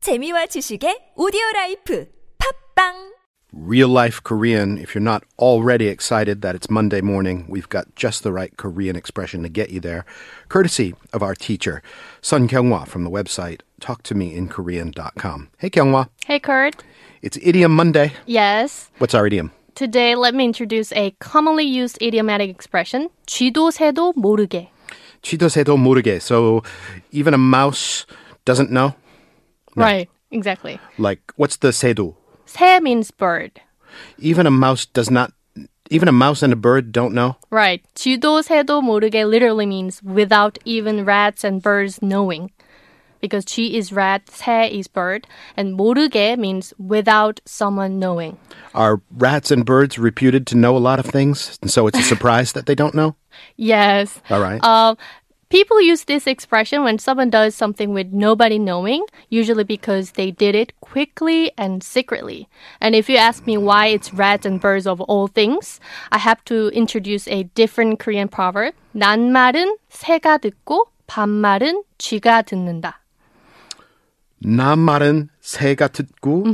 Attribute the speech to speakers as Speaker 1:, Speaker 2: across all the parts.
Speaker 1: 재미와 지식의 오디오 라이프 팝빵
Speaker 2: Real Life Korean. If you're not already excited that it's Monday morning, we've got just the right Korean expression to get you there, courtesy of our teacher, Sun Kyunghwa from the website talktomeinkorean.com. Hey Kyunghwa,
Speaker 3: Hey, Kurt.
Speaker 2: it's Idiom Monday.
Speaker 3: Yes.
Speaker 2: What's our idiom?
Speaker 3: Today, let me introduce a commonly used idiomatic expression, 쥐도 새도 모르게.
Speaker 2: Chito seto muruge. So even a mouse doesn't know.
Speaker 3: Right. Exactly.
Speaker 2: Like what's the sedo?
Speaker 3: 새 means bird.
Speaker 2: Even a mouse does not. Even a mouse and a bird don't know.
Speaker 3: Right. 쥐도 새도 모르게 literally means without even rats and birds knowing. Because 쥐 is rat, 새 is bird, and 모르게 means without someone knowing.
Speaker 2: Are rats and birds reputed to know a lot of things? And so it's a surprise that they don't know.
Speaker 3: Yes.
Speaker 2: All right.
Speaker 3: Uh, people use this expression when someone does something with nobody knowing, usually because they did it quickly and secretly. And if you ask me why it's rats and birds of all things, I have to introduce a different Korean proverb. 낱말은 새가 듣고 반말은 쥐가 듣는다.
Speaker 2: 남말은 새가 듣고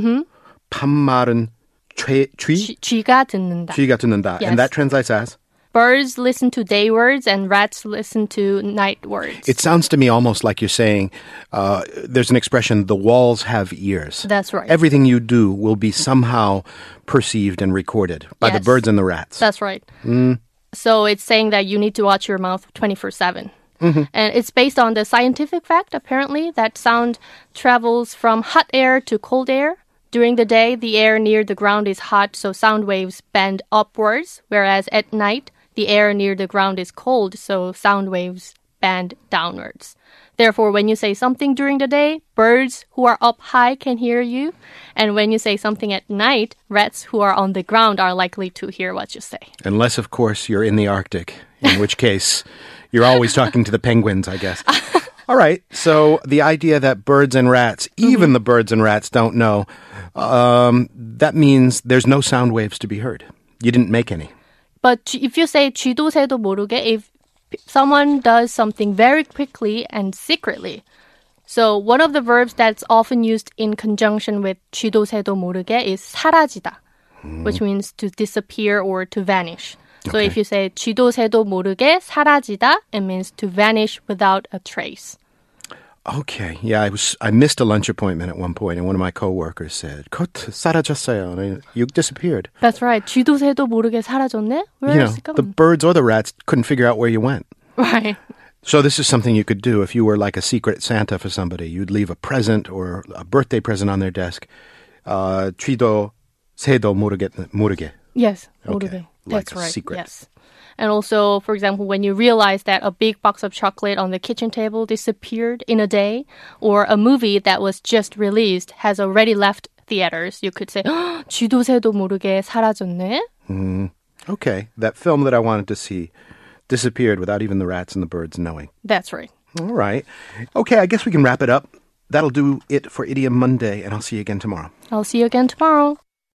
Speaker 2: 반말은 죄, 쥐,
Speaker 3: 쥐, 쥐가 듣는다.
Speaker 2: 쥐가 듣는다. And
Speaker 3: Yes.
Speaker 2: that translates as
Speaker 3: Birds listen to day words and rats listen to night words.
Speaker 2: it sounds to me almost like you're saying uh, there's an expression the walls have ears.
Speaker 3: That's right.
Speaker 2: Everything you do will be somehow perceived and recorded by the
Speaker 3: Yes.
Speaker 2: birds and the rats.
Speaker 3: That's right.
Speaker 2: Mm.
Speaker 3: So it's saying that you need to watch your mouth 24 7. And it's based on the scientific fact, apparently, that sound travels from hot air to cold air. During the day, the air near the ground is hot, so sound waves bend upwards, whereas at night, the air near the ground is cold, so sound waves bend downwards. Therefore, when you say something during the day, birds who are up high can hear you. And when you say something at night, rats who are on the ground are likely to hear what you say.
Speaker 2: Unless, of course, you're in the Arctic, in which case you're always talking to the penguins, I guess. All right. So the idea that birds and rats,
Speaker 3: Mm-hmm.
Speaker 2: even the birds and rats, don't know, um, that means there's no sound waves to be heard. You didn't make any.
Speaker 3: But 쥐- if you say 쥐도 새도 모르게, if p- someone does something very quickly and secretly, so one of the verbs that's often used in conjunction with 쥐도 새도 모르게 is 사라지다, which means to disappear or to vanish. So if you say 쥐도 새도 모르게 사라지다, it means to vanish without a trace.
Speaker 2: Okay. Yeah, I was. I missed a lunch appointment at one point, and one of my coworkers said, "Kot 사라졌어요." And I- You disappeared.
Speaker 3: That's right. 쥐도 새도 모르게 사라졌네. Where
Speaker 2: You know,
Speaker 3: is it
Speaker 2: the
Speaker 3: gone?
Speaker 2: birds or the rats couldn't figure out where you went.
Speaker 3: right.
Speaker 2: So this is something you could do if you were like a secret Santa for somebody. You'd leave a present or a birthday present on their desk. Uh, Chido sedo 모르겠 모르게.
Speaker 3: Yes,
Speaker 2: Okay,
Speaker 3: 모르게.
Speaker 2: like
Speaker 3: That's
Speaker 2: a
Speaker 3: right.
Speaker 2: secret.
Speaker 3: Yes. And also, for example, when you realize that a big box of chocolate on the kitchen table disappeared in a day, or a movie that was just released has already left theaters, you could say, 쥐도 새도 모르게 사라졌네.
Speaker 2: Mm-hmm. Okay, that film that I wanted to see disappeared without even the rats and the birds knowing.
Speaker 3: That's right.
Speaker 2: All right. Okay, I guess we can wrap it up. That'll do it for Idiom Monday, and I'll see you again tomorrow.
Speaker 3: I'll see you again tomorrow.